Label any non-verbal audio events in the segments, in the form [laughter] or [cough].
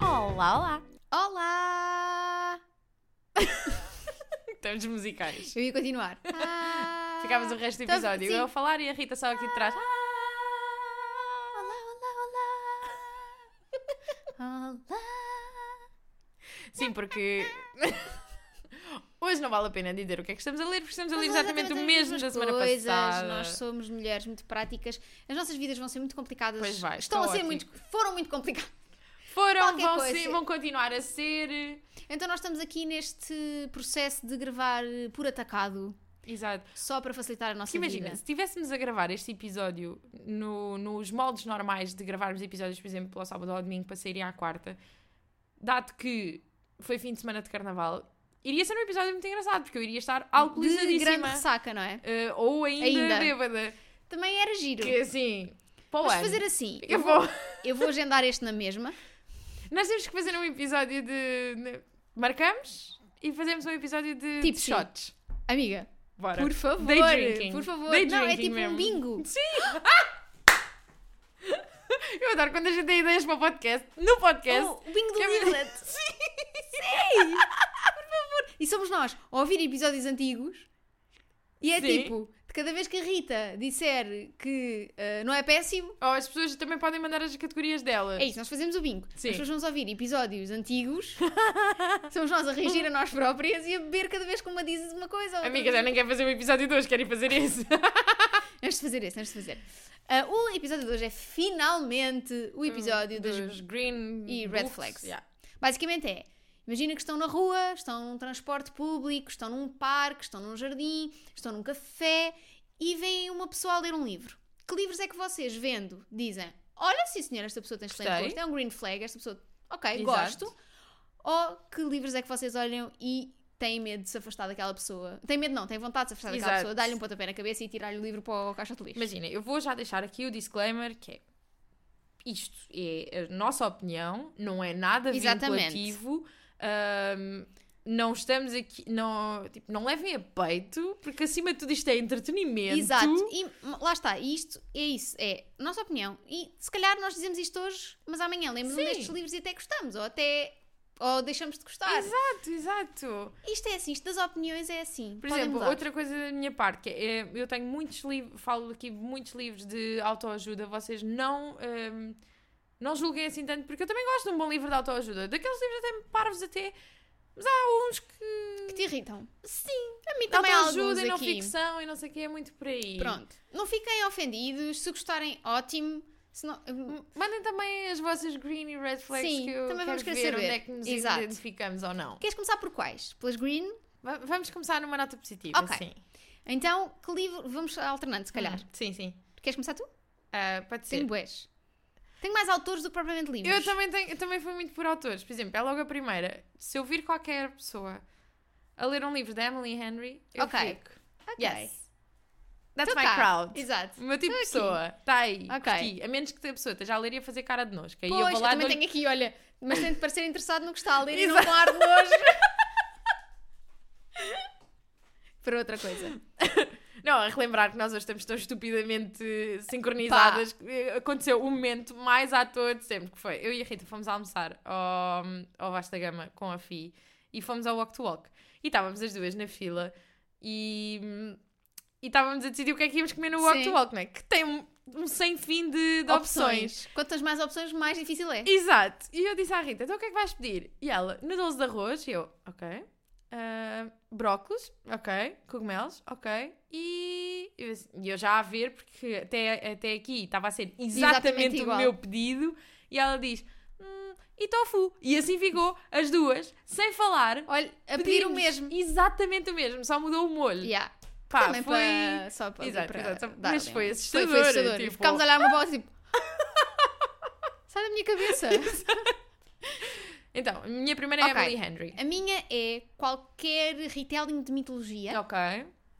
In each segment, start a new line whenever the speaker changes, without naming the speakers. Olá, olá!
Olá!
Estamos musicais.
Eu ia continuar. Ah,
Ficámos o resto do
Então,
episódio.
sim.
Eu a falar e a Rita só aqui de trás.
Ah! Olá, olá, olá! Olá!
Sim, porque. [laughs] Hoje não vale a pena dizer o que é que estamos a ler, porque estamos a ler exatamente o
as
mesmo da
mesmas
semana
coisas,
passada.
Nós somos mulheres muito práticas. As nossas vidas vão ser muito complicadas.
Pois vai,
Estão
está
a ser
ótimo.
muito. Foram muito complicadas.
Foram,
Qualquer
vão,
coisa.
ser- vão continuar a ser.
Então, nós estamos aqui neste processo de gravar eh, por atacado,
Exato.
só para facilitar a nossa
Porque imagina,
vida.
se estivéssemos a gravar este episódio no- nos moldes normais de gravarmos episódios, por exemplo, ao sábado ou ao domingo para saírem à quarta, dado que foi fim de semana de carnaval, iria ser um episódio muito engraçado, porque eu iria estar
De grande
alcoolizadíssima.
ressaca, não é?
eh, ou ainda,
Ainda.
bêbada.
Também era giro.
Que assim, para o
Vamos
ano. [laughs]
fazer assim.
Eu
Eu
vou-
vou, eu vou agendar este na mesma.
Nós temos que fazer um episódio de. de- Marcamos e fazemos um episódio de, de
Tipsy.
shots.
Amiga,
Bora.
Tipo, por favor.
Day drinking.
Por favor.
Day
não, é
drinking
tipo
mesmo.
um bingo.
Eu adoro quando a gente tem ideias para o podcast. No podcast.
Oh, o bingo do
Que é muito- [laughs]
Lilith. Sim! Por favor. E somos nós a ouvir episódios antigos e é
Sim.
tipo, de cada vez que a Rita disser que ah, não é péssimo,
Oh, as pessoas também podem mandar as categorias delas.
é isso, nós fazemos o bingo.
Sim.
As pessoas vão ouvir episódios
[laughs]
antigos, somos nós a reagir a nós próprias e a beber cada vez que uma diz uma coisa. ou outra
Amiga, já
diz-
nem quer fazer o episódio 2, querem fazer isso.
Antes de fazer esse, antes de fazer. Ah, o episódio de hoje é finalmente o episódio
[laughs]
das
Hum, dos green
e red
books.
flags.
Yeah.
Basicamente é, imagina que estão na rua, estão num transporte público, estão num parque, estão num jardim, estão num café e vem uma pessoa a ler um livro. Que livros é que vocês, vendo, dizem olha, sim senhora, esta pessoa tem excelente
Gostei.
gosto, é um green flag, esta pessoa, ok,
Exato.
gosto. Ou que livros é que vocês olham e têm medo de se afastar daquela pessoa? Têm medo não, têm vontade de se afastar daquela
Exato.
pessoa, dar-lhe um pontapé na cabeça e tirar-lhe o livro para o caixa de lixo.
Imagina, eu vou já deixar aqui o disclaimer que é isto é a nossa opinião, não é nada
Exatamente.
vinculativo. ahm, não estamos aqui, não, tipo, não levem a peito, porque acima de tudo isto é entretenimento.
Exato, e m- lá está, e isto é isso, é nossa opinião. E se calhar nós dizemos isto hoje, mas amanhã lemos um
Sim.
destes livros e até gostamos, ou até ou deixamos de gostar.
Exato, exato.
Isto é assim, isto das opiniões é assim.
Por
podem
exemplo,
mudar.
outra coisa da minha parte, que é, eu tenho muitos livros, falo aqui muitos livros de autoajuda, vocês não, ahm, não julguem assim tanto, porque eu também gosto de um bom livro de autoajuda. Daqueles livros até parvos até, mas há uns que
que te irritam.
sim,
A mim também
também
há alguns
autoajuda e não
aqui.
ficção e não sei o que, é muito por aí.
Pronto, não fiquem ofendidos, se gostarem, ótimo. Se não, hum,
M- Mandem também as vossas green e red flags
Sim,
que eu
também
quero
vamos
ver
querer saber.
onde é que nos
Exato.
identificamos ou não.
Queres começar por quais? Pelas green?
Va- Vamos começar numa nota positiva,
Ok.
sim.
Então, que livro? Vamos alternando, se calhar.
Hum, Sim, sim.
Queres começar tu?
Ah, pode ser.
Tenho boés. Tenho mais autores do que propriamente livros.
Eu também, tenho, eu também fui muito por autores. Por exemplo, é logo a primeira. Se eu vir qualquer pessoa a ler um livro da Emily Henry, eu
Ok.
fico.
Ok.
Yes. That's
Tô
my
Então cá.
crowd.
Exato.
O meu tipo de
Tô aqui.
pessoa. Está aí.
Ok.
curti. A menos que a pessoa esteja a ler e a fazer cara de nós. Que aí eu
Pois,
vou
eu,
lá
também
dou-lhe-
tenho aqui, olha, mas tem de parecer interessado no que está a ler e não
Exato.
com ar de
[laughs]
nojo. Para outra coisa.
Não, a relembrar que nós hoje estamos tão estupidamente eh, sincronizadas. que, eh, Aconteceu o momento mais à toa de sempre, que foi. Eu e a Rita fomos almoçar ao, ao Vasta Gama com a Fi e fomos ao Walk to Walk. E estávamos as duas na fila e, e estávamos a decidir o que é que íamos comer no Walk
Sim.
to Walk, não é? Que tem um, um sem fim de, de opções.
Quantas mais opções, mais difícil é.
Exato. E eu disse à Rita, então o que é que vais pedir? E ela, noodles de arroz. E eu, ok. Ah, brócolis, ok. Cogumelos, ok. E eu, assim- e eu já a ver, porque até, até aqui estava a ser
Exatamente
exatamente,
igual.
o meu pedido. E ela diz, hum, e tofu. E assim ficou, as duas, sem falar.
Olha, a pedir o
pedimos
mesmo.
Exatamente o mesmo, só mudou o molho.
Yeah.
Pá,
Também
foi...
para, só para,
Exato,
para
exato.
dar
Mas
ali
foi
um-
assustador,
Foi, assustador.
tipo-
Ficámos a olhar uma bola tipo... [laughs] Sai da
[laughs]
minha cabeça.
Então, a minha primeira
Ok.
é Emily Henry.
A minha é qualquer retelling de mitologia.
Ok.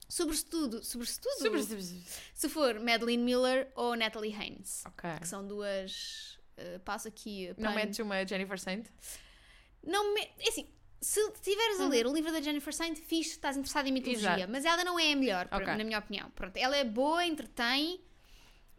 Sobretudo, sobretudo,
Sobre-
se for Madeleine Miller ou Natalie Haynes.
Ok.
que são duas. eh, passo aqui. a
Não
pano.
metes uma Jennifer Saint?
Não me- é assim, se estiveres a ler o livro da Jennifer Saint, fixe, estás interessada em mitologia,
Uhum. Exato.
mas ela não é a melhor, pra-
Ok.
na minha opinião. Pronto, ela é boa, entretém,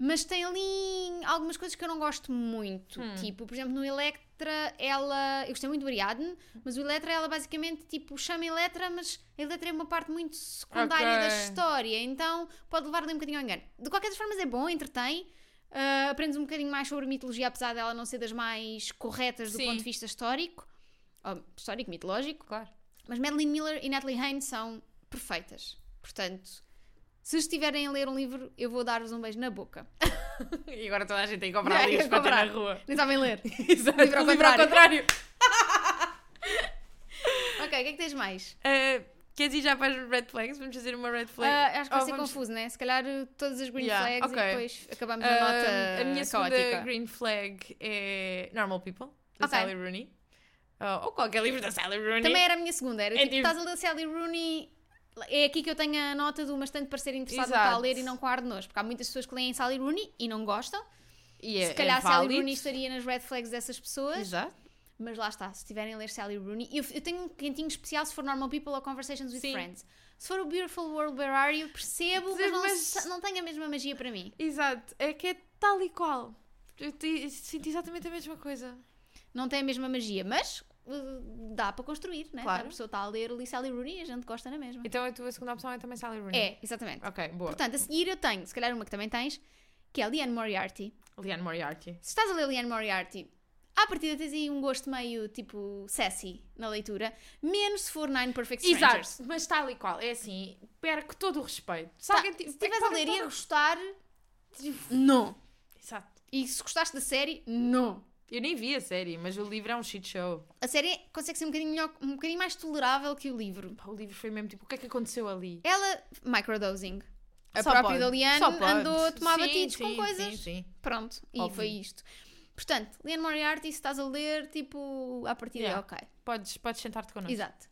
Mas tem ali algumas coisas que eu não gosto muito.
Hum.
Tipo, por exemplo, no Electra, ela. Eu gostei muito do Ariadne, mas o Electra, ela basicamente tipo, chama Electra, mas a Electra é uma parte muito secundária
Ok.
da história. Então pode levar ali um bocadinho ao engano. De qualquer das formas, é bom, entretém. ah, aprendes um bocadinho mais sobre mitologia, apesar dela não ser das mais corretas do
Sim.
ponto de vista histórico. Ou, histórico, mitológico.
Claro.
Mas Madeline Miller e Natalie Haynes são perfeitas. Portanto, se estiverem a ler um livro, eu vou dar-vos um beijo na boca.
E agora toda a gente tem [laughs] que comprar
Não,
livros
ia
para ter
comprar.
na rua.
Nem sabem ler.
[laughs] Exato.
Livro ao
o livro ao contrário.
[laughs] ok, o que é que tens mais?
Ah, queres ir já para as red flags? Vamos fazer uma red flag?
Ah, acho que vai
Ou
ser
vamos-
confuso, né? Se calhar uh, todas as green
Yeah,
flags
ok.
e depois acabamos a
Ah,
nota
a minha segunda
caótica.
green flag é Normal People, da
Ok.
Sally Rooney. Ah, ou qualquer livro da Sally Rooney.
Também era a minha segunda. Era
É
tipo,
tipo-
estás a ler Sally Rooney... É aqui que eu tenho a nota do bastante parecer interessado no que está a
Exato.
ler e não com ar de nojo. Porque há muitas pessoas que leem Sally Rooney e não gostam.
E é-
Se calhar
é
Sally
válido.
Rooney estaria nas red flags dessas pessoas.
Exato.
Mas lá está, se tiverem a ler Sally Rooney, eu, eu tenho um cantinho especial se for Normal People ou Conversations with
Sim.
Friends. Se for o Beautiful World Where Are You, percebo,
Sim,
mas, não,
mas-
se- não tem a mesma magia para mim.
Exato. É que é tal e qual. Eu te- sinto exatamente a mesma coisa.
Não tem a mesma magia, mas uh, dá para construir, né?
Claro.
A pessoa está a ler ali Sally Rooney e a gente gosta na mesma.
Então a tua segunda opção é também Sally Rooney.
É, exatamente.
Ok, boa.
Portanto, a seguir eu tenho, se calhar uma que também tens, que é a Leanne Moriarty.
Leanne Moriarty.
Se estás a ler Leanne Moriarty, à partida tens aí um gosto meio tipo sassy na leitura, menos se for Nine Perfect Strangers.
Exato, mas tal e qual. É assim, perco todo o respeito. Se
Tá,
alguém ti-
se estiveres a
perco
ler e a
todo-
gostar, não.
Exato.
E se gostaste da série, não.
Eu nem vi a série, mas o livro é um shit show.
A série consegue ser um bocadinho, melhor, um bocadinho mais tolerável que o livro.
Pá, o livro foi mesmo tipo, o que é que aconteceu ali?
Ela, microdosing. A
Só pode.
própria Daliane
Só pode.
andou a tomar
Sim,
batidos com
sim,
coisas.
Sim, sim.
Pronto, e
Óbvio.
foi isto. Portanto, Leanne Moriarty, se estás a ler, tipo, à partida
Yeah.
é ok.
Podes, podes sentar-te connosco.
Exato.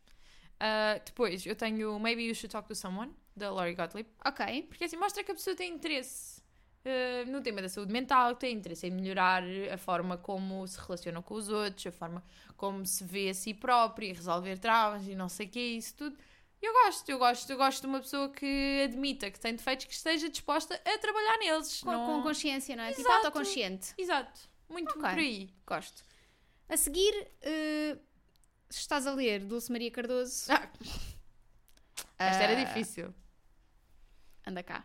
Ah, depois, eu tenho Maybe You Should Talk to Someone, da Laurie Gottlieb.
Ok.
Porque assim, mostra que a pessoa tem interesse eh, no tema da saúde mental, tem interesse em melhorar a forma como se relaciona com os outros, a forma como se vê a si própria, e resolver traumas e não sei o quê, isso tudo. Eu gosto, eu gosto, eu gosto de uma pessoa que admita que tem defeitos, que esteja disposta a trabalhar neles.
Com,
não...
com consciência, não é? Tipo
Exato.
autoconsciente.
Exato, muito
Ok.
por aí.
Gosto. A seguir, eh, se estás a ler Dulce Maria Cardoso,
Ah, esta
ah,
era difícil. [laughs]
anda cá.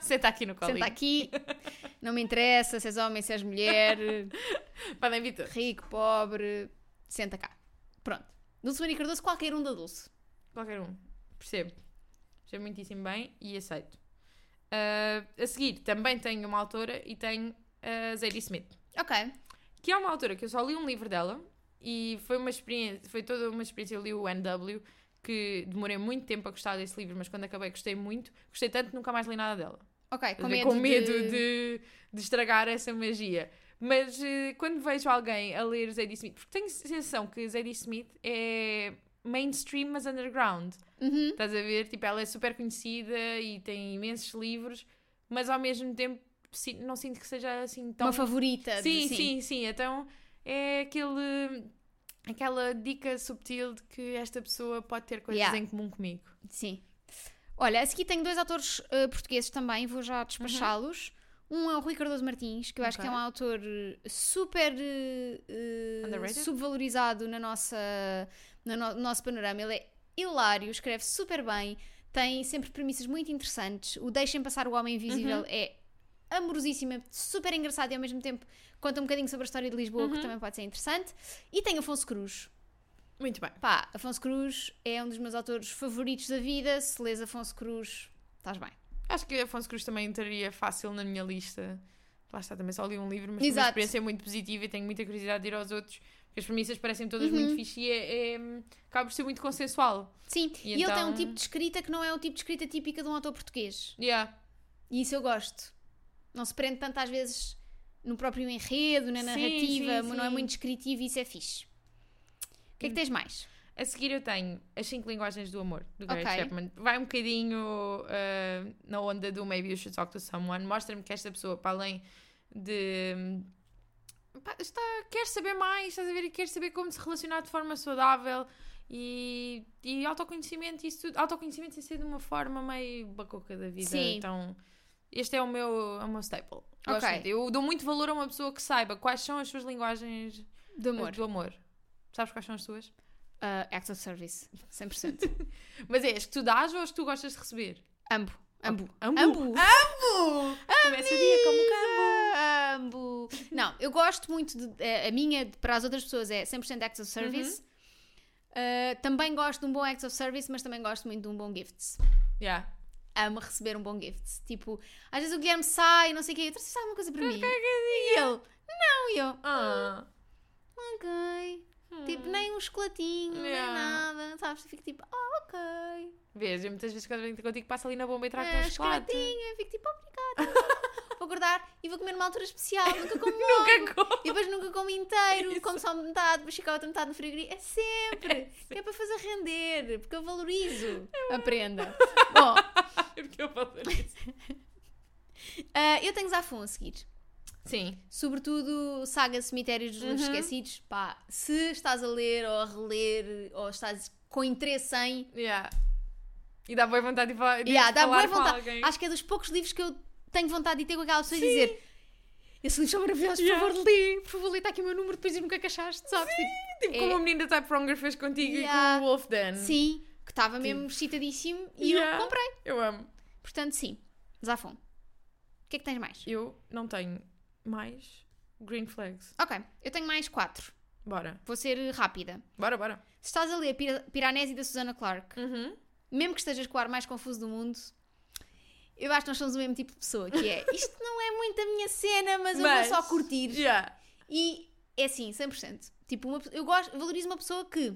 Senta aqui no colinho.
Senta
[laughs]
aqui, não me interessa se és homem, se és mulher,
Podem vir todos.
rico, pobre, senta cá. Pronto. Dulce Maria Cardoso, qualquer um da Dulce.
Qualquer um. Percebo. Percebo muitíssimo bem e aceito. Ah, a seguir, também tenho uma autora e tenho a Zadie Smith,
Ok.
que é uma autora que eu só li um livro dela e foi uma experiência, foi toda uma experiência. Eu li o NW, que demorei muito tempo a gostar desse livro, mas quando acabei gostei muito. Gostei tanto que nunca mais li nada dela.
Ok, com
Quer dizer,
medo,
de... de estragar essa magia. Mas eh, quando vejo alguém a ler Zadie Smith, porque tenho a sensação que Zadie Smith é mainstream, mas underground.
Uhum.
Estás a ver? Tipo, ela é super conhecida e tem imensos livros, mas ao mesmo tempo si- não sinto que seja assim tão.
Uma favorita. de-
sim, sim, sim, Então é aquele. Aquela dica subtil de que esta pessoa pode ter coisas
Yeah.
em comum comigo.
Sim. Olha, a seguir tenho dois autores eh, portugueses também, vou já despachá-los. Um é o Rui Cardoso Martins, que eu acho
Uhum. Ok.
que é um autor eh, super eh, eh,
Underrated?
subvalorizado na nossa, no, no- nosso panorama. Ele é hilário, escreve super bem, tem sempre premissas muito interessantes. O Deixem Passar o Homem Invisível
Uhum.
é amorosíssima, super engraçado e ao mesmo tempo conta um bocadinho sobre a história de Lisboa,
Uhum.
que também pode ser interessante. E tem Afonso Cruz,
Muito bem.
Pá, Afonso Cruz é um dos meus autores favoritos da vida. Se lês Afonso Cruz, estás bem.
Acho que Afonso Cruz também entraria fácil na minha lista. Lá está, também só li um livro, mas foi uma
Exato.
experiência muito positiva e tenho muita curiosidade de ir aos outros, porque as premissas parecem todas muito fixe e é, é, acaba por ser muito consensual.
Sim,
E
e, ele tem
então-
um tipo de escrita que não é o tipo de escrita típica de um autor português.
Yeah.
E isso eu gosto. Não se prende tanto às vezes no próprio enredo, na
Sim,
narrativa,
sim,
mas não é
sim.
muito descritivo e isso é fixe. O que é que tens mais?
A seguir eu tenho As 5 Linguagens do Amor, do Gary
Ok.
Chapman. Vai um bocadinho ah, na onda do Maybe You Should Talk to Someone. Mostra-me que esta pessoa, para além de... pá, está, quer saber mais, estás a ver? E quer saber como se relacionar de forma saudável e, e autoconhecimento, isso tudo. Autoconhecimento sem ser de uma forma meio bacoca da vida.
Sim.
Então, Este é o meu, é o meu staple. Gosto
Ok.
muito. Eu dou muito valor a uma pessoa que saiba quais são as suas linguagens
De amor.
do amor. Sabes quais são as tuas?
Ah, act of service. 100%.
Mas é as que tu dás ou as que tu gostas de receber? Ah,
Ambo. Ambo.
Ambo.
Ambo.
Ambo! Começa o dia como cambo.
Ambo. Não, eu gosto muito de, eh, a minha de- para as outras pessoas é 100% acts of
Uhum.
service. Ah, também gosto de um bom acts of service, mas também gosto muito de um bom gifts.
Yeah.
Amo receber um bom gifts. Tipo, às vezes o Guilherme sai, não sei o quê, eu trouxe alguma coisa para mim. E ele, não, e eu,
Ah.
ok. Tipo, nem um chocolatinho,
Hum. Yeah.
nem nada, sabes? Eu fico tipo, ah, ok.
Vês, eu muitas vezes quando venho ter contigo passo ali na bomba e trago
Ah,
um chocolate.
chocolatinho, fico tipo, obrigada. vou guardar e vou comer numa altura especial,
[laughs]
nunca como logo.
Nunca como.
E depois nunca como inteiro, como só metade, depois fica a outra metade no frigorífico. É sempre!
[laughs]
É, para fazer render, porque eu valorizo.
É
Aprenda.
[laughs]
Bom,
Porque eu falo isso.
ah, eu tenho Zafon a seguir.
Sim.
Sobretudo Saga Cemitérios dos Livros
Uhum.
Esquecidos. Pá, se estás a ler ou a reler ou estás com interesse em.
Yeah. E dá boa vontade de falar, de
Yeah, dá
falar
boa
com
vontade.
alguém.
Acho que é dos poucos livros que eu tenho vontade de ter com aquela pessoa e dizer: Esse livro é maravilhoso, por
Yeah.
favor, lê, por favor, lê, está aqui o meu número, depois diz-me o que é que achaste, sabes? Tipo,
Tipo
é-
como a menina da Typeronger fez contigo e
Yeah.
com o Wolf Den.
Tipo, Sim, que estava mesmo excitadíssimo e
Yeah.
eu comprei.
Eu amo.
Portanto, sim, Zafon. O que é que tens mais?
Eu não tenho mais green flags.
Ok, eu tenho mais quatro.
Bora.
Vou ser rápida.
Bora, bora.
Se estás a ler Pira Piranesi da Susana Clark,
Uhum.
mesmo que estejas com o ar mais confuso do mundo, eu acho que nós somos o mesmo tipo de pessoa, que é [laughs] isto não é muito a minha cena, mas,
Mas-
eu vou só curtir.
Yeah.
E é assim, 100%. Tipo, uma pe- eu gosto, eu valorizo uma pessoa que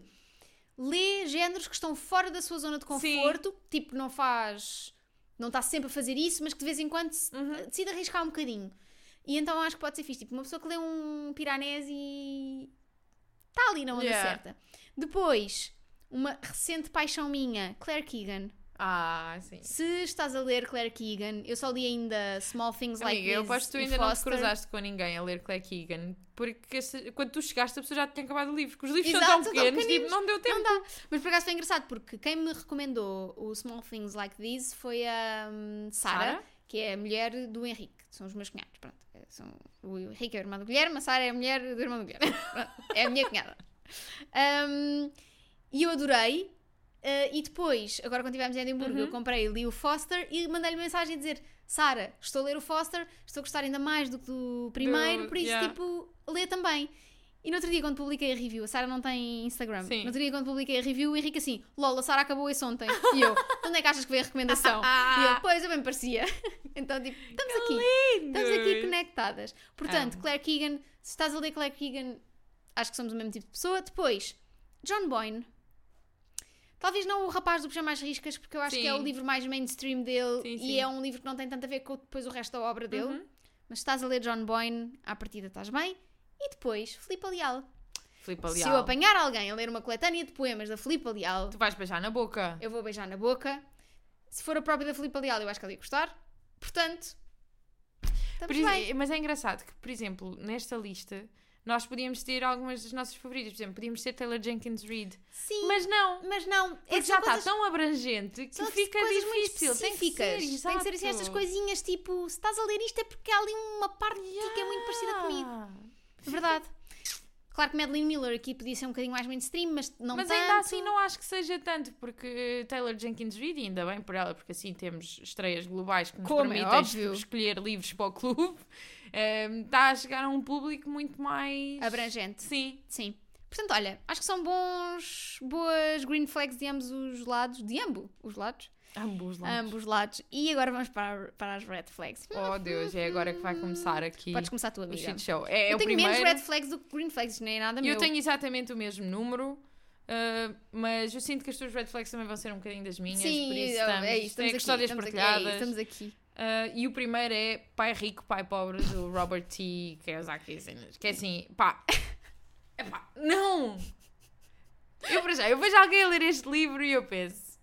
lê géneros que estão fora da sua zona de conforto, tipo, não faz. não está sempre a fazer isso, mas que de vez em quando se-
Uhum.
decide arriscar um bocadinho. E então acho que pode ser fixe. Tipo, uma pessoa que lê um piranés e. está ali na onda
Yeah.
certa. Depois, uma recente paixão minha, Claire Keegan.
Ah, sim.
Se estás a ler Claire Keegan, eu só li ainda Small Things Like
Amiga, eu
This
aposto que tu
e
ainda não te
Foster.
cruzaste com ninguém a ler Claire Keegan, porque esse- quando tu chegaste a pessoa já tinha acabado o livro, porque os livros
Exato,
são tão
são tão
pequenos, tipo,
pequeninos.
não deu tempo.
Não dá. Mas por acaso foi engraçado porque quem me recomendou o Small Things Like This foi a hum, Sara,
Sara?
que é a mulher do Henrique. São os meus cunhados. Pronto. É, São, o Henrique é o irmão do Guilherme, a Sara é a mulher do irmão do Guilherme. [laughs] Pronto. É a minha cunhada. Hum, e eu adorei. Eh, e depois, agora quando estivemos em Edimburgo,
Uhum.
eu comprei e li o Foster e mandei-lhe mensagem a dizer: Sara, estou a ler o Foster, estou a gostar ainda mais do que do primeiro,
Do-
por isso,
yeah.
tipo, lê também. E no outro dia, quando publiquei a review, a Sara não tem Instagram.
Sim.
No outro dia, quando publiquei a review, o Henrique assim: Lola, a Sara acabou isso ontem. E eu: "De Onde é que achas que veio a recomendação? e
Ah.
eu: Pois, eu bem me parecia. [laughs] então, tipo, estamos aqui. Estamos aqui conectadas. Portanto,
Amo.
Claire Keegan, se estás a ler Claire Keegan, acho que somos o mesmo tipo de pessoa. Depois, John Boyne. Talvez não o rapaz do Puxa Mais Riscas, porque eu acho que é o
Sim.
livro mais mainstream dele
Sim,
e
sim.
é um livro que não tem tanto a ver com depois o resto da obra dele.
Uhum.
Mas se estás a ler John Boyne, à partida estás bem. E depois, Filipe Leal.
Filipa
Se eu
Leal,
apanhar alguém a ler uma coletânea de poemas da Filipe Leal,
tu vais beijar na boca.
eu vou beijar na boca. Se for a própria da Filipe Leal, eu acho que ela ia gostar. Portanto,
Por
estamos
exe-
bem.
mas é engraçado que, por exemplo, nesta lista, nós podíamos ter algumas das nossas favoritas, por exemplo, podíamos ter Taylor Jenkins Reid,
Sim.
mas não.
Mas não,
Porque
que
já
são
está
coisas-
tão abrangente que
são
fica
coisas muito
difícil. Tem que ser,
específicas. Tem que ser assim, estas
exato.
coisinhas tipo, se estás a ler isto é porque há ali uma parte de ti que é muito parecida comigo.
Ah.
É verdade. Claro que Madeline Miller aqui podia ser um bocadinho mais mainstream, mas não
Mas
tanto.
ainda assim não acho que seja tanto, porque eh, Taylor Jenkins Reid, e ainda bem por ela, porque assim temos estreias globais que nos
Como é
permitem
óbvio.
escolher livros para o clube, [laughs] ehm, está a chegar a um público muito mais...
Abrangente.
Sim.
Sim. Portanto, olha, acho que são bons, boas green flags de ambos os lados. De ambos os lados?
Ambos lá.
Ambos lados. E agora vamos para, para as red flags.
Oh Deus, é agora que vai começar aqui
Podes começar tu,
o
amiga.
shit show. É, é
eu
o
tenho
primeiro.
menos red flags do que green flags, isto nem é nada
E
meu.
Eu tenho exatamente o mesmo número, ah, mas eu sinto que as tuas red flags também vão ser um bocadinho das minhas,
Sim,
por isso
é-
estamos,
é isto,
é
estamos aqui,
custódias
estamos aqui, é
partilhadas.
isso, estamos aqui.
Ah, e o primeiro é Pai Rico, Pai Pobre, do Robert T. Kiyosaki. Que é assim, pá. [laughs] É pá, não! Eu, para já, eu vejo alguém a ler este livro e eu penso.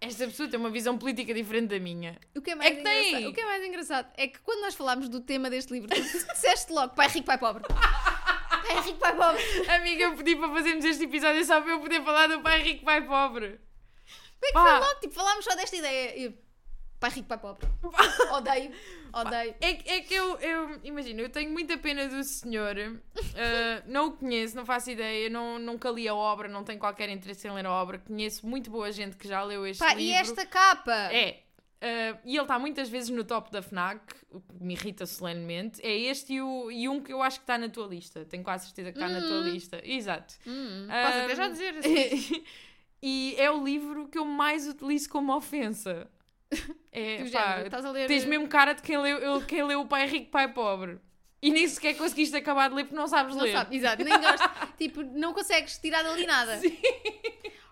Esta pessoa tem uma visão política diferente da minha.
O que, é mais
que
engraçado-
tem.
o que é mais engraçado é que quando nós falámos do tema deste livro, tu [laughs] disseste logo pai rico,
[laughs]
pai pobre. Pai rico, pai pobre.
Amiga, eu pedi para fazermos este episódio só para eu poder falar do Pai Rico, Pai Pobre.
Como é que
Pá.
foi logo? Tipo, falámos só desta ideia. E eu, Pai rico,
[laughs]
pai pobre. odeio, odeio.
É, que- é que eu, eu imagino, eu tenho muita pena do senhor, ah, não o conheço, não faço ideia, não, nunca li a obra, não tenho qualquer interesse em ler a obra, conheço muito boa gente que já leu este
Pá,
livro.
e esta capa?
É. Ah, e ele está muitas vezes no top da FNAC, o que me irrita solenemente. É este e, o- e um que eu acho que está na tua lista. Tenho quase certeza que está na tua lista. Exato.
Hum,
Ah,
posso até já
[laughs]
dizer. assim,
e é o livro que eu mais utilizo como
[laughs]
ofensa. É,
do
pá,
género, estás a ler... eh,
tens mesmo cara de quem leu, eu- quem leu o pai rico, pai pobre. E nem sequer conseguiste acabar de ler porque não sabes
Não
ler.
sabe, exato, nem gosto. [laughs] tipo, não consegues tirar dali nada.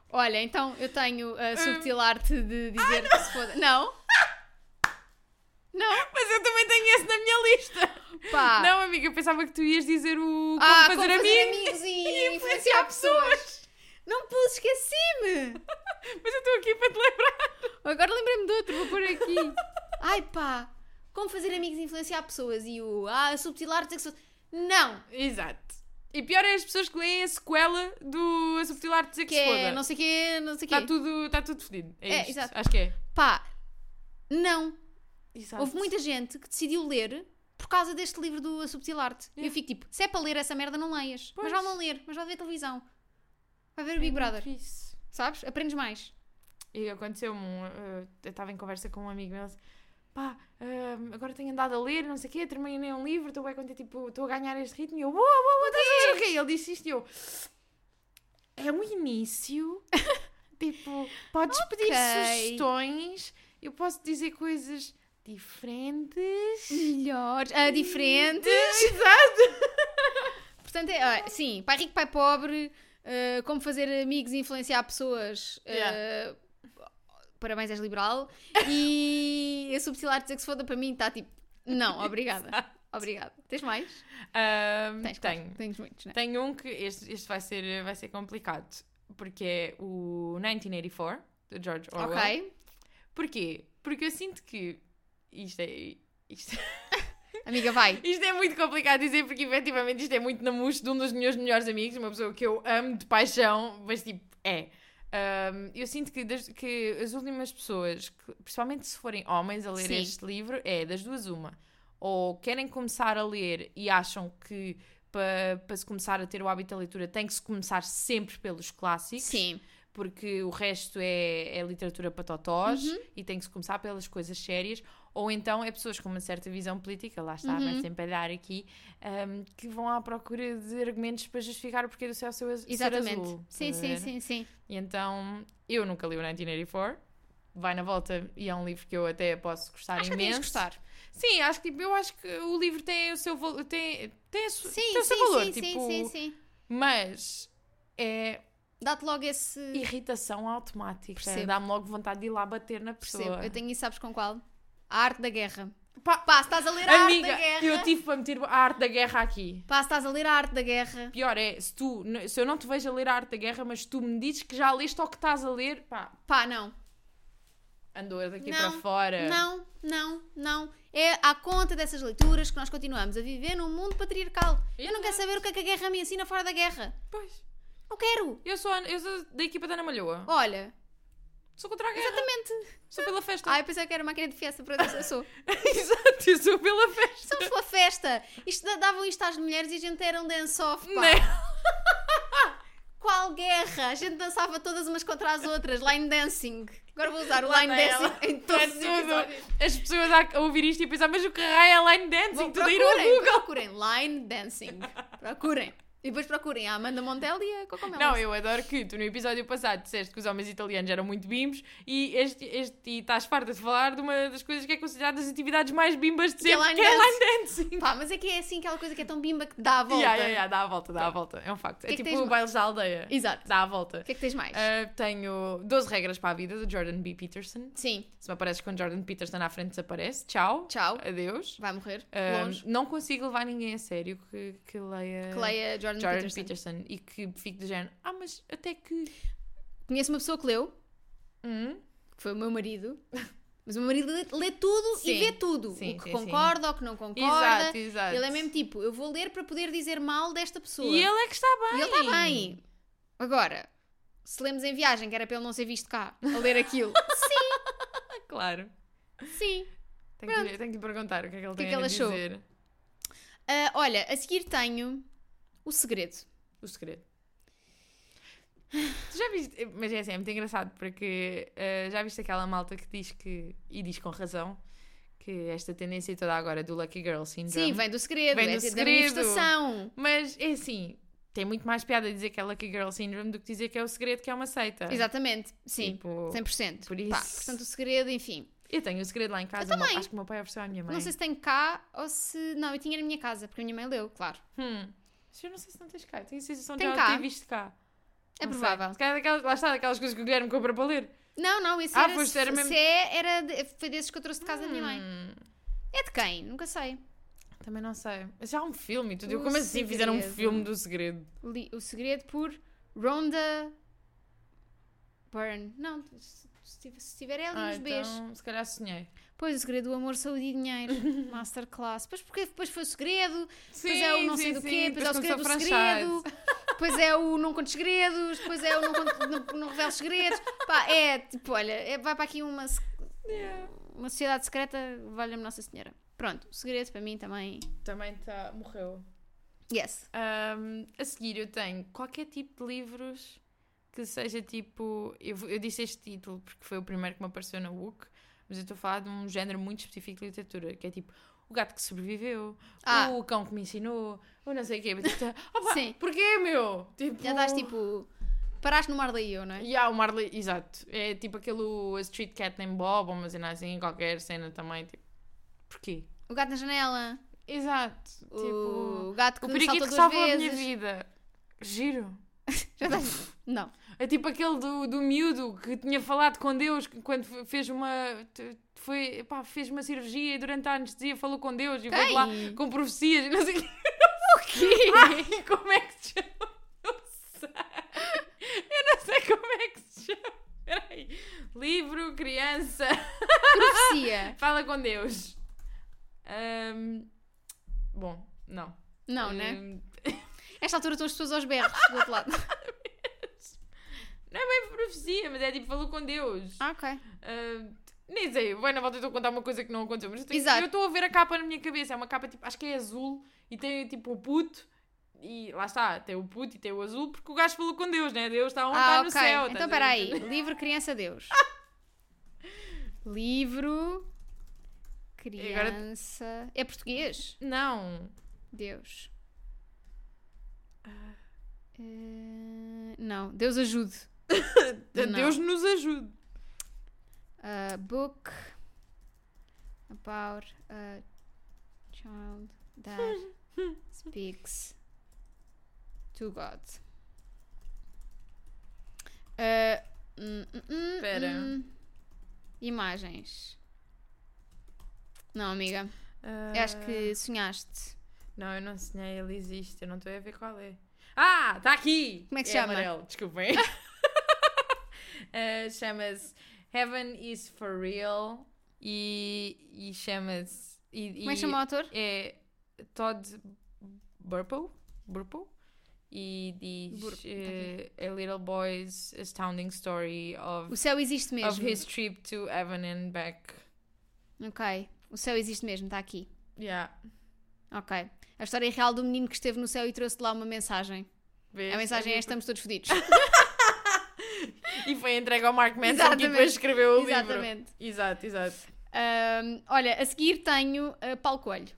Olha, então eu tenho
Hum.
a subtil arte
Ah,
de dizer que se foda.
[laughs]
Não? Não?
Mas eu também tenho esse na minha lista.
Pá.
Não, amiga, eu pensava que tu ias dizer o como
ah,
fazer,
como
amigos. [laughs]
amigos e influenciar pessoas. Não pude, esqueci-me.
Mas eu estou aqui para te lembrar.
Agora lembrei-me de outro, vou pôr aqui. Ai pá, como fazer amigos e influenciar pessoas e o ah, a subtil arte de dizer que se foda. Não,
Exato. E pior é as pessoas que leem a sequela do A Subtil Arte de Dizer que,
que
se
é não
foda.
sei o quê, não sei o quê.
Está tudo, tá tudo fedido. É,
É,
isto.
exato.
Acho que é.
Pá, não.
Exato.
Houve muita gente que decidiu ler por causa deste livro do A Subtil Arte. E Eu fico tipo, se é para ler essa merda, não leias.
Pois.
Mas vá não ler, mas vá ver televisão. Vai ver o
É
Big
muito
Brother,
isso.
sabes? Aprendes
[laughs]
mais.
E aconteceu-me, um, eh, eu estava em conversa com um amigo meu, ele disse, pá, ehm, agora tenho andado a ler, não sei o quê, terminei um livro, estou bem contente, tipo, estou a ganhar este ritmo, e eu, uou, uou, uou, estás a ler o quê? Ele disse isto e eu, é um início, [laughs] tipo, podes pedir
Ok.
sugestões, eu posso dizer coisas diferentes.
Melhores,
[laughs]
ah, diferentes.
É,
[laughs] Portanto, é, ah, sim, pai rico, pai pobre, ah, como fazer amigos e influenciar pessoas. ah,
Yeah.
Parabéns, és liberal. E a subtil arte de dizer que se foda para mim está tipo, não,
[laughs]
obrigada. Obrigada. Tens mais?
Ahm,
Tens, claro.
tenho.
Tens muitos, não é?
Tenho um que este, este vai, ser, vai ser complicado, porque é o 1984, de George Orwell.
Ok.
Porquê? Porque eu sinto que isto é. Isto, [laughs]
Amiga, vai.
isto é muito complicado dizer, porque efetivamente isto é muito namucho de um dos meus melhores amigos, uma pessoa que eu amo de paixão, mas tipo, é. Ahm, eu sinto que, das- que as últimas pessoas, que, principalmente se forem homens a ler
Sim.
este livro, é das duas uma. Ou querem começar a ler e acham que para se começar a ter o hábito da leitura tem que se começar sempre pelos clássicos
Sim.
porque o resto é, é literatura para totós
Uhum.
e tem que se começar pelas coisas sérias, ou então é pessoas com uma certa visão política, lá está,
Uhum.
mas sempre a dar aqui, ahm, que vão à procura de argumentos para justificar o porquê do céu ser, ser
Exatamente.
azul. eh,
sim,
estás a
sim,
ver?
sim, sim.
E então, eu nunca li o 1984, vai na volta e é um livro que eu até posso gostar
Acho que tens de
imenso.
gostar.
Sim, acho que tipo, eu acho que o livro tem o seu valor, tem, tem, a su-
Sim,
tem o
sim,
seu valor,
sim,
tipo,
sim, sim, sim.
mas é
Dá-te logo esse...
irritação automática.
Percebo.
Dá-me logo vontade de ir lá bater na pessoa.
Percebo. Eu tenho isso, sabes com qual? A arte da guerra.
Pá,
Pá, se estás a ler a
amiga,
arte da guerra...
eu tive para meter a arte da guerra aqui.
Pá, se estás a ler a arte da guerra...
Pior é, se, tu, se eu não te vejo a ler a arte da guerra, mas tu me dizes que já leste ou que estás a ler, pá,
Pá, não.
andou daqui
Não,
para fora.
Não, não, não. É à conta dessas leituras que nós continuamos a viver num mundo patriarcal. Eu não quero saber o que é que a guerra me ensina fora da guerra.
Pois,
Não quero.
eu sou, a- eu sou da equipa da Ana Malhoa.
Olha,
Sou contra a guerra.
exatamente.
Sou pela festa.
Ai, eu pensei que era máquina de fiesta para eu sou.
[laughs] Exato, eu sou pela festa.
Somos pela festa. Isto, da- davam isto às mulheres e a gente era um dance-off, pá.
Não.
Qual guerra? A gente dançava todas umas contra as outras. Line dancing. Agora vou usar o
Lá
line
está ela.
dancing em
É
todos os episódios.
tudo. As pessoas a a ouvir isto e a pensar, mas o que raio é line dancing?
Vão,
Tudo a ir ao
procurem,
Google.
procurem. Line dancing. Procurem. E depois procurem a Amanda Montel e a Cocomel.
Não, eu adoro que tu no episódio passado disseste que os homens italianos eram muito bimbos e este, este e estás farta de falar de uma das coisas que é considerada das atividades mais bimbas de
Que é
sempre,
line
que é line dancing.
Pá, mas é que é assim aquela coisa que é tão bimba que dá a volta.
[laughs] Yeah, yeah, yeah, dá a volta, dá a volta. É um facto.
Que
é
é que
tipo
tens
o bailes da aldeia.
Exato.
Dá a volta.
O que é que tens mais?
Ah, tenho 12 regras para a vida do Jordan B. Peterson.
Sim,
Se me apareces com Jordan Peterson à frente, desaparece. Tchau.
Tchau.
Adeus.
vai morrer.
Ah,
longe.
não consigo levar ninguém a sério que, que leia,
Que leia Jordan,
um, Jordan
Peterson.
Peterson e que fique do género. Ah, mas até que.
Conheço uma pessoa que leu,
Hum?
que foi o meu marido. [laughs] Mas o meu marido lê, lê tudo
Sim.
e vê tudo.
Sim,
o que
sim,
concorda, ou o que não concorda.
Exato, exato.
Ele é mesmo tipo, eu vou ler para poder dizer mal desta pessoa.
E ele é que está
E
bem.
ele está bem. Agora,
[laughs]
se lemos em viagem, que era para ele não ser visto cá, a ler aquilo.
Claro.
Sim.
Tenho que, lhe- tenho que lhe perguntar o que é que ele
que
tem
é que
a
ele achou?
dizer.
Ah, olha, a seguir tenho o segredo.
O segredo. Tu já viste, mas é assim, é muito engraçado porque eh, já viste aquela malta que diz que, e diz com razão, que esta tendência toda agora do Lucky Girl Syndrome.
Sim, vem do segredo,
Então? Vem
é
do
da
segredo.
manifestação.
Mas é assim, tem muito mais piada dizer que é Lucky Girl Syndrome do que dizer que é o segredo que é uma seita.
Exatamente, sim,
Tipo,
100%.
por
Pá,
isso-
portanto, o segredo, enfim.
eu tenho o segredo lá em casa,
Eu
mas
também.
acho que o meu pai ofereceu à minha mãe.
Não sei se tenho cá ou se. Não, eu tinha na minha casa, porque a minha mãe leu, claro.
Hum. Mas eu não sei se não tens cá, tenho a sensação
Tem
de já o
cá.
ter visto cá.
É
Não sei.
provável.
Se calhar daquelas, lá está, daquelas coisas que o Guilherme compra para ler.
Não, não, esse
Ah,
era,
foste, era
se-
mesmo-
se é, era de- foi desses que eu trouxe de casa da minha mãe.
Hum.
É de quem? Nunca sei.
Também não sei. Mas já há um filme e tudo.
O
Como assim fizeram um
Segredo.
filme do segredo?
Li o segredo por Rhonda Byrne. Não, se se tiver, se tiver ali
Ah,
nos Bs.
então, se calhar sonhei.
Pois, o segredo do amor, saúde e dinheiro.
[laughs]
Masterclass. Pois porque depois foi o segredo,
Sim,
depois é o não sei
sim,
do
sim,
quê, depois é o segredo
começou
do
a
segredo,
franchise.
depois é o não contes segredos, depois é o não, conto, não, não reveles segredos. Pá, é tipo, olha, é- vai para aqui uma, se- uma sociedade secreta, valha-me Nossa Senhora. Pronto, o segredo para mim também.
Também tá, morreu.
Yes.
Ahm, a seguir eu tenho qualquer tipo de livros que seja tipo. Eu, vou- eu disse este título porque foi o primeiro que me apareceu na WUC, mas eu estou a falar de um género muito específico de literatura, que é tipo. O gato que sobreviveu,
Ah.
o cão que me ensinou, o não sei o quê. Mas, tipo,
[laughs]
opa,
Sim.
Porquê, meu? Tipo,
Já estás tipo. Paraste no mar daí eu, não é?
E há o Marley, exato. É tipo aquele A Street Cat Named Bob, ou uma cena assim, qualquer cena também. Tipo, porquê?
O gato na janela,
Exato. Tipo,
o gato que
o
me
periquito
saltou
que
duas
salvou a minha
vezes.
vida. Giro.
Já estás- [laughs] Não.
É tipo aquele do, do miúdo que tinha falado com Deus que quando fe- fez uma. te- Foi, pá, fez uma cirurgia e durante a anestesia falou com Deus e veio
Quem?
lá com profecias. e Não sei o quê. [laughs] Ai, como é que se chama? Não sei. Eu não sei como é que se chama. Peraí. Livro, criança.
Profecia.
Fala com Deus. Ahm, bom, não.
Não, né?
Ahm,
Esta altura estão as pessoas aos berros do
[laughs]
outro lado.
Não é bem profecia, mas é tipo, falou com Deus.
Ah, ok.
Ahm, nem sei, bem na volta eu estou a contar uma coisa que não aconteceu, mas eu tenho-
Exato.
eu estou a ver a capa na minha cabeça. É uma capa tipo, acho que é azul e tem tipo o puto. E lá está, tem o puto e tem o azul, porque o gajo falou com Deus, né? Deus está onde está
Ah,
no céu.
ok.
tá
então,
estás a ver?
espera aí. Livro
[laughs]
Criança Deus. Livro
agora-
Criança... É português?
Não.
Deus.
Ah.
Eh, não. Deus ajude. Não.
Deus nos ajude.
a Uh, book about a child that speaks to God. Uh, hum, hum, hum,
Espera.
hum. Imagens. Não, amiga. Eu acho que sonhaste.
Ah, Não, eu não sonhei, ele existe, eu não estou a ver qual é. Ah, está aqui!
Como é que se
é
chama?
Amarelo,
[laughs]
desculpem. Eh, chama-se Heaven is for Real e, e chama-se. e-
Como é
e
que chama o autor?
É Todd Burpo? Burpo? E diz
Burpo, tá
eh, A Little Boy's Astounding Story of,
O céu existe mesmo.
of His Trip to Heaven and Back.
Ok. O céu existe mesmo, está aqui.
Yeah.
Ok. A história real do menino que esteve no céu e trouxe de lá uma mensagem.
Vês?
A mensagem é estamos todos fodidos.
E foi entregue ao Mark Manson que
Exatamente.
depois escreveu o livro.
Exatamente.
Exato, exato.
Ahm, olha, a seguir tenho uh, Paulo Coelho.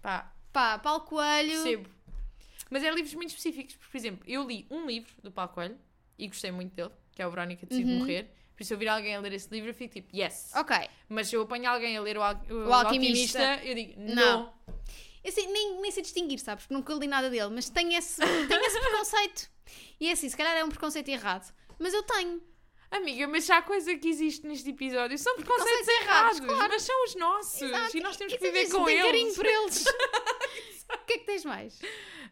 Pá,
Pá, Paulo Coelho.
percebo. Mas é livros muito específicos. Porque, por exemplo, eu li um livro do Paulo Coelho e gostei muito dele, que é o Verónica Decide Morrer. Por isso, se eu vir alguém a ler esse livro, eu fico tipo, yes.
Ok.
Mas se eu apanho alguém a ler o, al o,
O Alquimista.
Alquimista, eu digo, não.
Não. Eu sei- nem, nem sei distinguir, sabes? Porque nunca li nada dele, mas
[laughs]
tenho esse, tenho esse preconceito. E é assim, se calhar é um preconceito errado. Mas eu tenho.
Amiga, mas se há coisa que existe neste episódio, são preconceitos
Preconceitos
errados,
errados, é claro.
mas são os nossos.
Exato.
E nós temos
E
que viver
tens-
com
tenho carinho
eles. [laughs]
por eles. O que é que tens mais?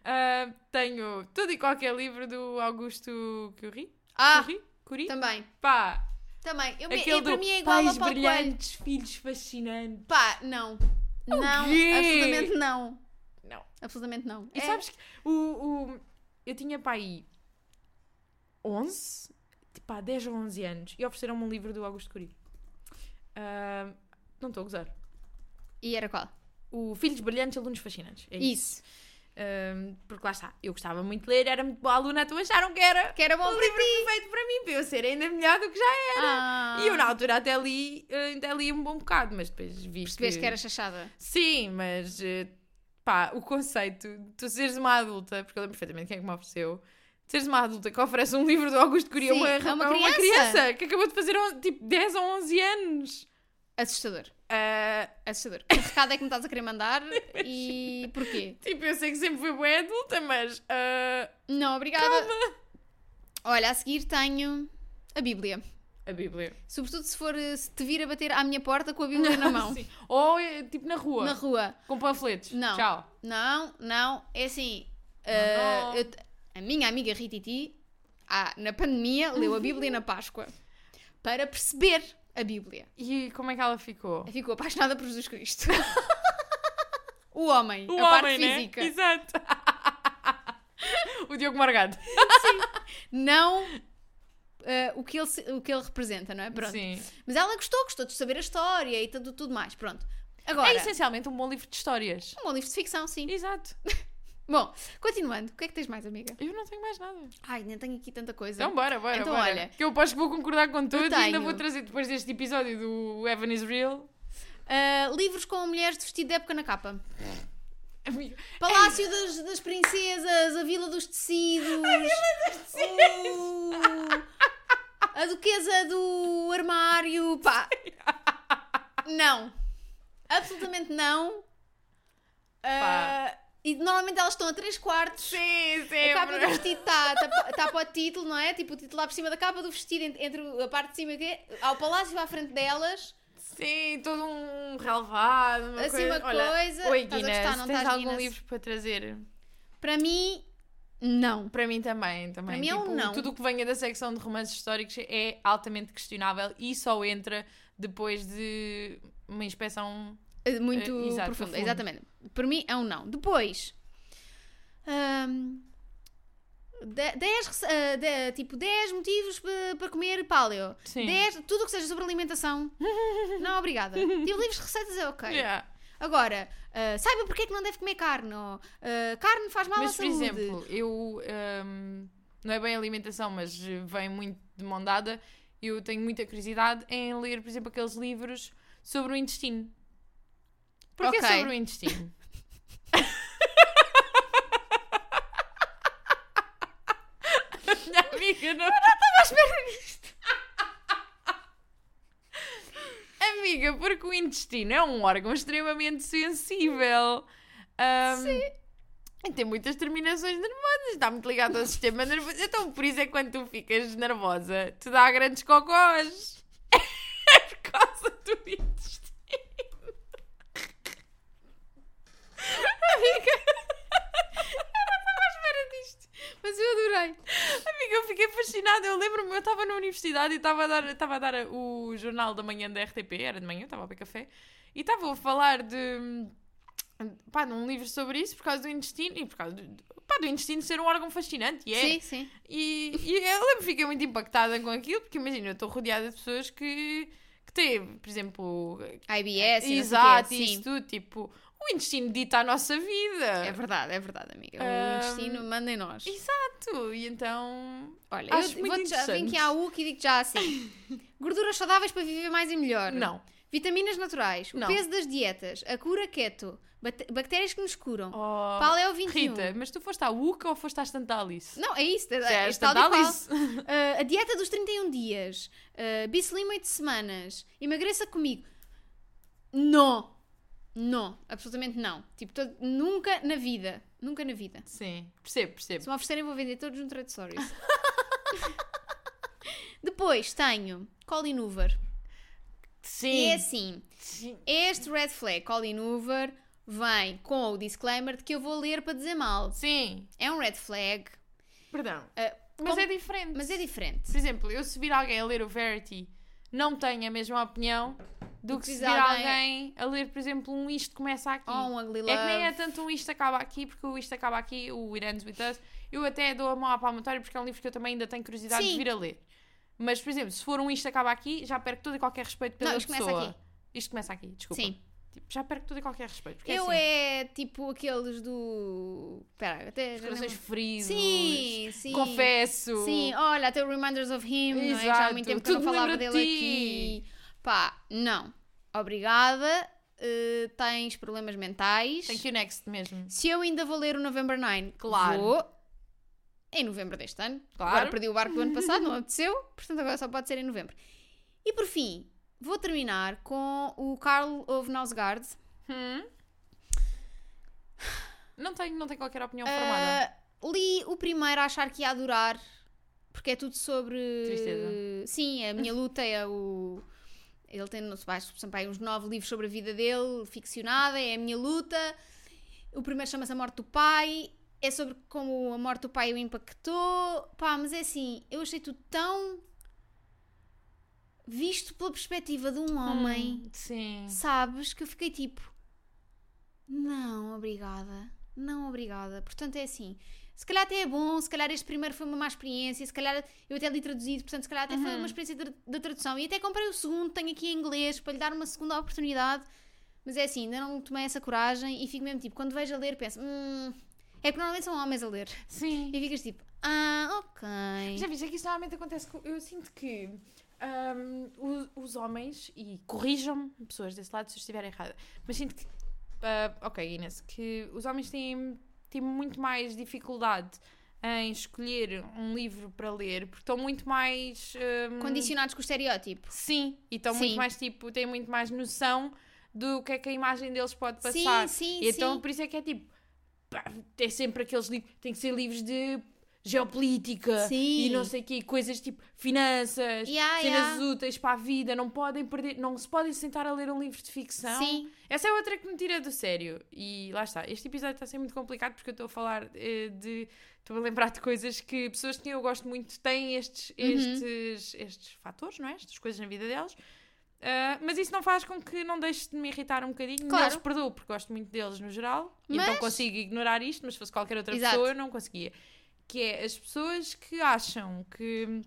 Ah, tenho todo e qualquer livro do Augusto Curie.
Ah,
Curie? Curie?
também.
Pá,
Também. Eu, me-
aquele
eu- para
do
mim é igual
pais
ao Paulo Coelho.
brilhantes, filhos fascinantes.
Pá, não. Não,
quê?
absolutamente não.
Não.
Absolutamente não.
E
É-
sabes que o, o- eu tinha para aí 11, tipo há 10 ou 11 anos, e ofereceram-me um livro do Augusto Curie. Ah, Não estou a gozar.
E era qual?
O Filhos Brilhantes, Alunos Fascinantes. É isso.
Isso.
Ahm, porque lá está, eu gostava muito de ler, era muito boa aluna, tu acharam que era
Que era bom
um
para
livro perfeito para mim, para eu ser ainda melhor do que já era.
Ah,
E eu na altura até li, eh, até li um bom bocado, mas depois vi
Percebeste que era chachada.
Sim, mas eh, pá, o conceito de tu seres uma adulta, porque eu lembro perfeitamente quem é que me ofereceu, de seres uma adulta que oferece um livro do Augusto Curia a
Sim,
uma,
a uma
a uma
criança.
criança que acabou de fazer on- tipo 10 ou 11 anos.
Assustador.
Ah,
Assustador. Que recado é que me estás a querer
[laughs]
mandar e porquê?
tipo, eu sei que sempre fui boa adulta, mas ah,
Não, obrigada. Olha, a seguir tenho a Bíblia.
a Bíblia.
Sobretudo se for eh, se te vir a bater à minha porta com a Bíblia na mão.
Sim. Ou eh, tipo na rua,
Na rua.
com panfletos.
Não.
Tchau.
Não, não, é assim. eh,
não.
eu te- a minha amiga Rititi, ah, na pandemia, leu a Bíblia na Páscoa para perceber a Bíblia.
E como é que ela ficou?
Ficou apaixonada por
[laughs]
Jesus Cristo. o homem,
O
a
homem,
parte
né?
física.
Exato. [laughs] o Diogo Morgado.
Não eh, o, que ele, se- o que ele representa, não é? Pronto.
Sim.
Mas ela gostou, gostou de saber a história e tudo, tudo mais. Pronto. Agora,
É essencialmente um bom livro de histórias.
um bom livro de ficção, sim.
Exato.
Bom, continuando, o que é que tens mais, amiga?
Eu não tenho mais nada.
Ai, nem tenho aqui tanta coisa.
Então bora, bora,
Então,
bora.
olha.
Que eu aposto que vou concordar com tudo e ainda
tenho-
vou trazer depois deste episódio do Evan is Real.
Ah, livros com mulheres de vestido de época na capa. Palácio das, das Princesas, a Vila dos Tecidos. A Vila dos Tecidos! a Duquesa do Armário. Pá! Não. Absolutamente não. Ah, e normalmente elas estão a 3 quartos.
Sim, é
A capa do
sempre.
vestido está tá, tá para o título, não é? Tipo, o título lá por cima da capa do vestido, ent- entre a parte de cima que é, ao palácio à frente delas.
Sim, todo um relevado, uma
Assim,
coisa.
uma
Olha,
coisa.
Oi,
Estás a
Guinness,
gostar, não
tens
estás,
algum
Guinness?
livro para trazer?
Para mim, não.
Para mim também, também.
Para mim é um
Tipo,
não.
Tudo o que venha da secção de romances históricos é altamente questionável e só entra depois de uma inspeção
Eh, Muito
Eh, exato,
profundo,
profundo.
exatamente. Para mim é um não. Depois. hum, de- dez rece- ah, de- tipo, 10 motivos pa- para comer paleo.
Sim.
10, tudo o que seja
[laughs]
sobre alimentação. não, obrigada. Tipo, livros de receitas é ok.
Yeah.
Agora, ah, saiba porque é que não deve comer carne. Ou, ah, carne faz mal à
Mas, por
saúde.
exemplo, eu. hum, não é bem alimentação, mas eh, vem muito demandada. Eu tenho muita curiosidade em ler, por exemplo, aqueles livros sobre o intestino. Porque
Ok.
é sobre o [laughs] intestino. Minha amiga, não. Eu não estava à espera disto. amiga, porque o intestino é um órgão extremamente sensível. Ahm, e tem muitas terminações nervosas, está muito ligado ao sistema nervoso. Então, por isso é que quando tu ficas nervosa, te dá grandes cocós. É por causa do intestino. Amiga,
Estava à espera disto. Mas eu adorei.
amiga, eu fiquei fascinada. Eu lembro-me, eu estava na universidade e estava a dar, estava a dar o jornal da manhã da RTP, era de manhã, eu estava a beber café, e estava a falar de. pá, num livro sobre isso por causa do intestino e por causa do, pá, do intestino ser um órgão fascinante, e é.
Sim, sim.
E, e eu lembro, fiquei muito impactada com aquilo, porque imagina, eu estou rodeada de pessoas que, que têm, por exemplo,
IBS, e É assim, não sei o quê,
exato,
sim.
isso tudo, tipo, o intestino dita a nossa
É
vida.
verdade, é verdade, amiga. O
Ahm,
intestino manda em nós.
Exato, e então.
Olha,
acho
eu
muito
vou já vim
interessante.
aqui à UC e digo já
[laughs]
assim: gorduras saudáveis para viver mais e melhor.
Não.
Vitaminas naturais, o
Não.
peso das dietas, a cura keto, bate- bactérias que nos curam. é
Oh,
Paleo 21.
Rita, mas tu foste à UCA ou foste à Estantalice?
Não, é isso. É,
Se
é,
à
tal e qual.
Estantalice.
[laughs] Ah, a dieta dos 31 dias, uh, bicelima 8 semanas, emagreça comigo. Não. Não, absolutamente não. Tipo, todo- nunca na vida. Nunca na vida.
Sim, percebo, percebo.
Se me oferecerem, vou vender todos no Trade Stories. [laughs] Depois tenho Colin Hoover. E
Sim,
é assim:
sim.
este red flag Colin Hoover vem com o disclaimer de que eu vou ler para dizer mal.
Sim,
É um red flag,
perdão.
Ah,
mas
como-
é diferente.
mas é diferente.
Por exemplo, eu se vir alguém a ler o Verity, não tenho a mesma opinião do que se
Diz
vir
alguém-
alguém a ler, por exemplo, um Isto Começa Aqui.
Oh, um ugly love.
É que nem é tanto um Isto Acaba Aqui, porque o Isto Acaba Aqui, o It Ends With Us, eu até dou a mão à palmatória porque é um livro que eu também ainda tenho curiosidade
Sim.
de vir a ler. Mas, por exemplo, se for um Isto Acaba Aqui, já perco todo e qualquer respeito pela
Não, isto
pessoa.
começa aqui.
Isto começa aqui, desculpa.
Sim.
Tipo, já perco tudo e qualquer respeito. Porque é
eu
assim,
é tipo aqueles do. Espera, até.
os
já não-
corações feridos.
Sim, sim.
Confesso.
Sim, oh, olha, até o Reminders of Him, não é? Que já há
Exato,
muito tempo que eu não
tudo me
falava
lembra
dele
de ti.
aqui. Pá, não. Obrigada. eh, tens problemas mentais.
Thank you next mesmo.
Se eu ainda vou ler o November 9,
Claro.
vou. Em novembro deste ano.
Claro.
Agora perdi o barco do ano passado, não aconteceu. Portanto, agora só pode ser em novembro. E por fim, vou terminar com o Carl Ove Nausgaard.
Hum? Não tenho, não tenho qualquer opinião formada.
Ah, li o primeiro a achar que ia adorar, porque é tudo sobre.
Tristeza.
Sim, a minha luta é o. Ele tem, não sei, acho que são para aí uns nove livros sobre a vida dele, ficcionada, é a minha luta. O primeiro chama-se A Morte do Pai, é sobre como a morte do pai o impactou. Pá, mas é assim, eu achei tudo tão. visto pela perspectiva de um homem
Hum, Sim.
sabes que eu fiquei tipo não, obrigada não, obrigada, portanto é assim se calhar até é bom, se calhar este primeiro foi uma má experiência, se calhar eu até li traduzido portanto se calhar até
Uhum.
foi uma experiência de- da tradução e até comprei o segundo, tenho aqui em inglês para lhe dar uma segunda oportunidade mas é assim, ainda não tomei essa coragem e fico mesmo tipo, quando vejo a ler penso hum, é que normalmente são homens a ler
Sim.
e ficas tipo, ah, ok
Já viste, é que isso normalmente acontece. com- Eu sinto que hum, o- os, homens, e corrijam-me pessoas desse lado se eu estiver errada, mas sinto que. ah, ok, Inês, que os homens têm, têm muito mais dificuldade em escolher um livro para ler porque estão muito mais. hum,
Tipo, condicionados com o estereótipo
Sim, e estão
Sim.
muito mais tipo, têm muito mais noção do que é que a imagem deles pode
sim,
passar.
sim,
E então
sim
por isso é que é tipo, pá, é sempre aqueles livros, tem que ser livros de geopolítica
Sim.
e não sei quê, coisas tipo finanças,
Yeah,
cenas
yeah.
úteis para a vida, não podem perder, não se podem sentar a ler um livro de ficção.
sim,
Essa é outra que me tira do sério. E lá está, este episódio está a ser muito complicado porque eu estou a falar eh, de. Estou a lembrar de coisas que pessoas que eu gosto muito têm estes, estes, estes fatores, não é? Estas coisas na vida deles. Ah, mas isso não faz com que não deixe de me irritar um bocadinho.
Claro.
Não os perdoo, porque gosto muito deles no geral. e
Mas-
Então consigo ignorar isto, mas se fosse qualquer outra
Exato.
pessoa eu não conseguia. Que é as pessoas que acham que.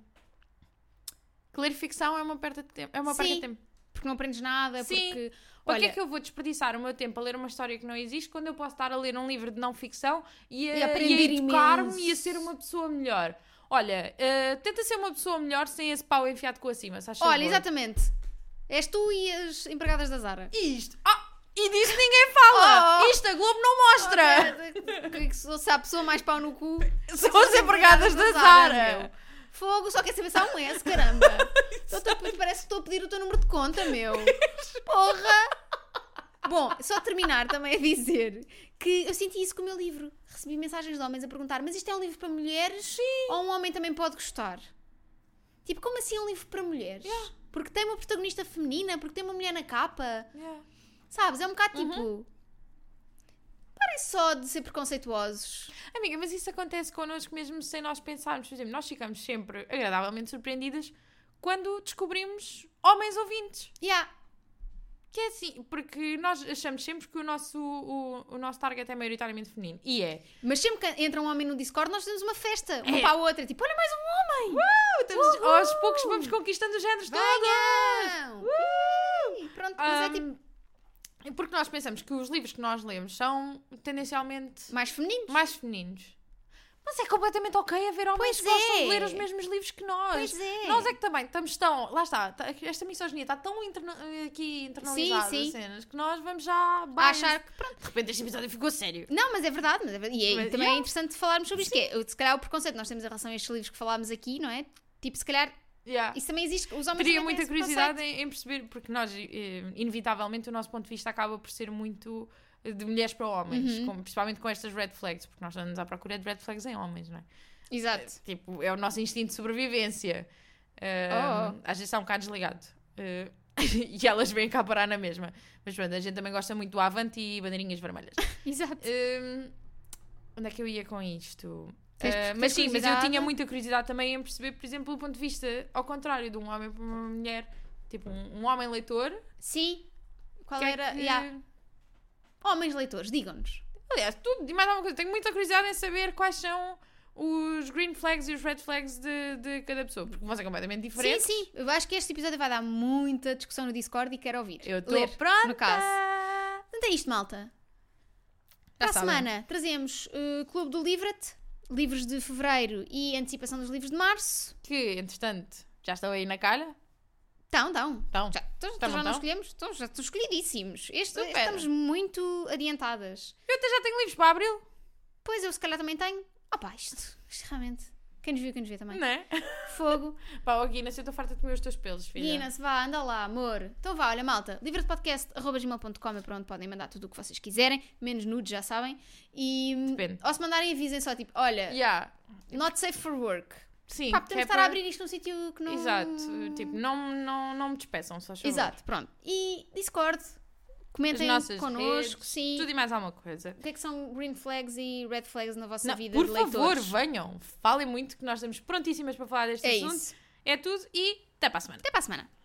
que ler ficção é uma perda de tempo. É uma perda
Sim.
de tempo.
porque não aprendes nada
Sim.
porque,
Para que
olha,
é que eu vou desperdiçar o meu tempo a ler uma história que não existe quando eu posso estar a ler um livro de não ficção e a,
E
e a
aprender imenso.
educar-me e a ser uma pessoa melhor? Olha, eh, tenta ser uma pessoa melhor sem esse pau enfiado com acima, se achas
Olha,
favor.
exatamente. És tu e as empregadas da Zara.
Isto. Ah, e disso ninguém fala!
[laughs] Oh!
Isto a Globo não mostra!
Que- que Se a pessoa mais pau no cu.
São as empregadas da Zara!
meu. Fogo, só quer saber se há um
[laughs]
S, caramba. Então, tu- parece que estou a pedir o teu número de conta, meu. Porra! Bom, só terminar também a dizer que eu senti isso com o meu livro. Recebi mensagens de homens a perguntar: mas isto é um livro para mulheres? Ou um homem também pode gostar? Tipo, como assim é um livro para mulheres? Porque tem uma protagonista feminina? Porque tem uma mulher na capa?
Yeah.
Sabes? É um bocado
Uhum.
tipo. Parem só de ser preconceituosos.
Amiga, mas isso acontece connosco mesmo sem nós pensarmos. Por exemplo, nós ficamos sempre agradavelmente surpreendidas quando descobrimos homens ouvintes.
Yeah.
Que é assim, porque nós achamos sempre que o nosso, o, o nosso target é maioritariamente feminino. E é.
Mas sempre que entra um homem no Discord, nós fazemos uma festa. Uma
É.
para a outra. Tipo, olha mais um homem!
Estamos, aos poucos vamos conquistando os géneros todos!
Não! Ih, Pronto, mas é tipo
Um, Porque nós pensamos que os livros que nós lemos são tendencialmente
mais feminino.
mais femininos. Mas é completamente ok haver homens
Pois
que gostam de
é.
ler os mesmos livros que nós.
Pois é.
Nós é que também estamos tão. Lá está, tá- esta misoginia está tão interna aqui internalizada
Sim, sim.
as cenas que nós vamos já
A
biased.
achar que. Pronto.
De repente este episódio ficou sério.
Não, mas é verdade. Mas é verdade. E é-
Mas,
também é
yeah.
interessante falarmos sobre isto. Que é, se calhar o preconceito que nós temos em relação a estes livros que falámos aqui, não é? Tipo, se calhar.
Yeah.
Isso também existe. Os homens
Teria
também têm
muita
é esse
curiosidade em, em perceber, porque nós, eh, inevitavelmente, o nosso ponto de vista acaba por ser muito eh, de mulheres para homens, como- principalmente com estas red flags, porque nós andamos à procura de red flags em homens, não é?
preconceito. Exato.
Tipo, é o nosso instinto de sobrevivência. Ah, Às vezes está um bocado desligado. Ah, [laughs] e elas vêm cá parar na mesma. Mas pronto, a gente também gosta muito do Avante e bandeirinhas vermelhas.
Exato.
Hum, onde é que eu ia com isto?
Tens-
Ah,
tens
mas sim, mas eu
curiosidade?
tinha muita curiosidade também em perceber, por exemplo, o ponto de vista ao contrário de um homem para uma mulher, tipo um, um homem leitor.
Sim. Qual
que é
era.
que-
yeah. Homens leitores, digam-nos.
Aliás, tudo e mais alguma coisa. Tenho muita curiosidade em saber quais são os green flags e os red flags de, de cada pessoa, porque vão ser completamente diferentes.
Sim, sim. Eu acho que este episódio vai dar muita discussão no Discord e quero ouvir.
Eu estou
Ler,
pronta.
No caso. Portanto, é isto, malta. Para
Já
a
sabem.
semana trazemos uh, Clube do Livret, livros de fevereiro e antecipação dos livros de março.
Que, entretanto, já estão aí na calha.
Então, então.
Então,
Já, então,
Tá bom,
já não
então?
escolhemos? Então, já estão escolhidíssimos. Este,
Super.
estamos muito adiantadas.
eu até já tenho livros para abril,
Pois eu, se calhar, também tenho. Opa, isto, isto realmente. Quem nos viu, quem nos vê também.
não [laughs] é?
Fogo.
Pá, oh, Guinness, eu estou farta de comer os teus pelos, filha.
Guinness, vá, anda lá, amor. Então vá, olha, malta, livretepodcast.gmail.com é para onde podem mandar tudo o que vocês quiserem, menos nudes, já sabem. E, hum,
Depende.
Ou se mandarem avisem só, tipo, olha,
Yeah.
not safe for work.
Sim,
Pá,
que
podemos
é
estar
para-
a abrir isto num sítio que não...
Exato, tipo, não, não, não me despeçam, só favor.
Exato, pronto. E Discord, comentem
As nossas
connosco,
redes,
sim.
Tudo e mais alguma coisa.
O que é que são green flags e red flags na vossa
Não,
vida
por
de
favor,
leitores?
venham, falem muito que nós estamos prontíssimas para falar deste
É
assunto.
isso.
É tudo e até para a semana.
Até para a semana.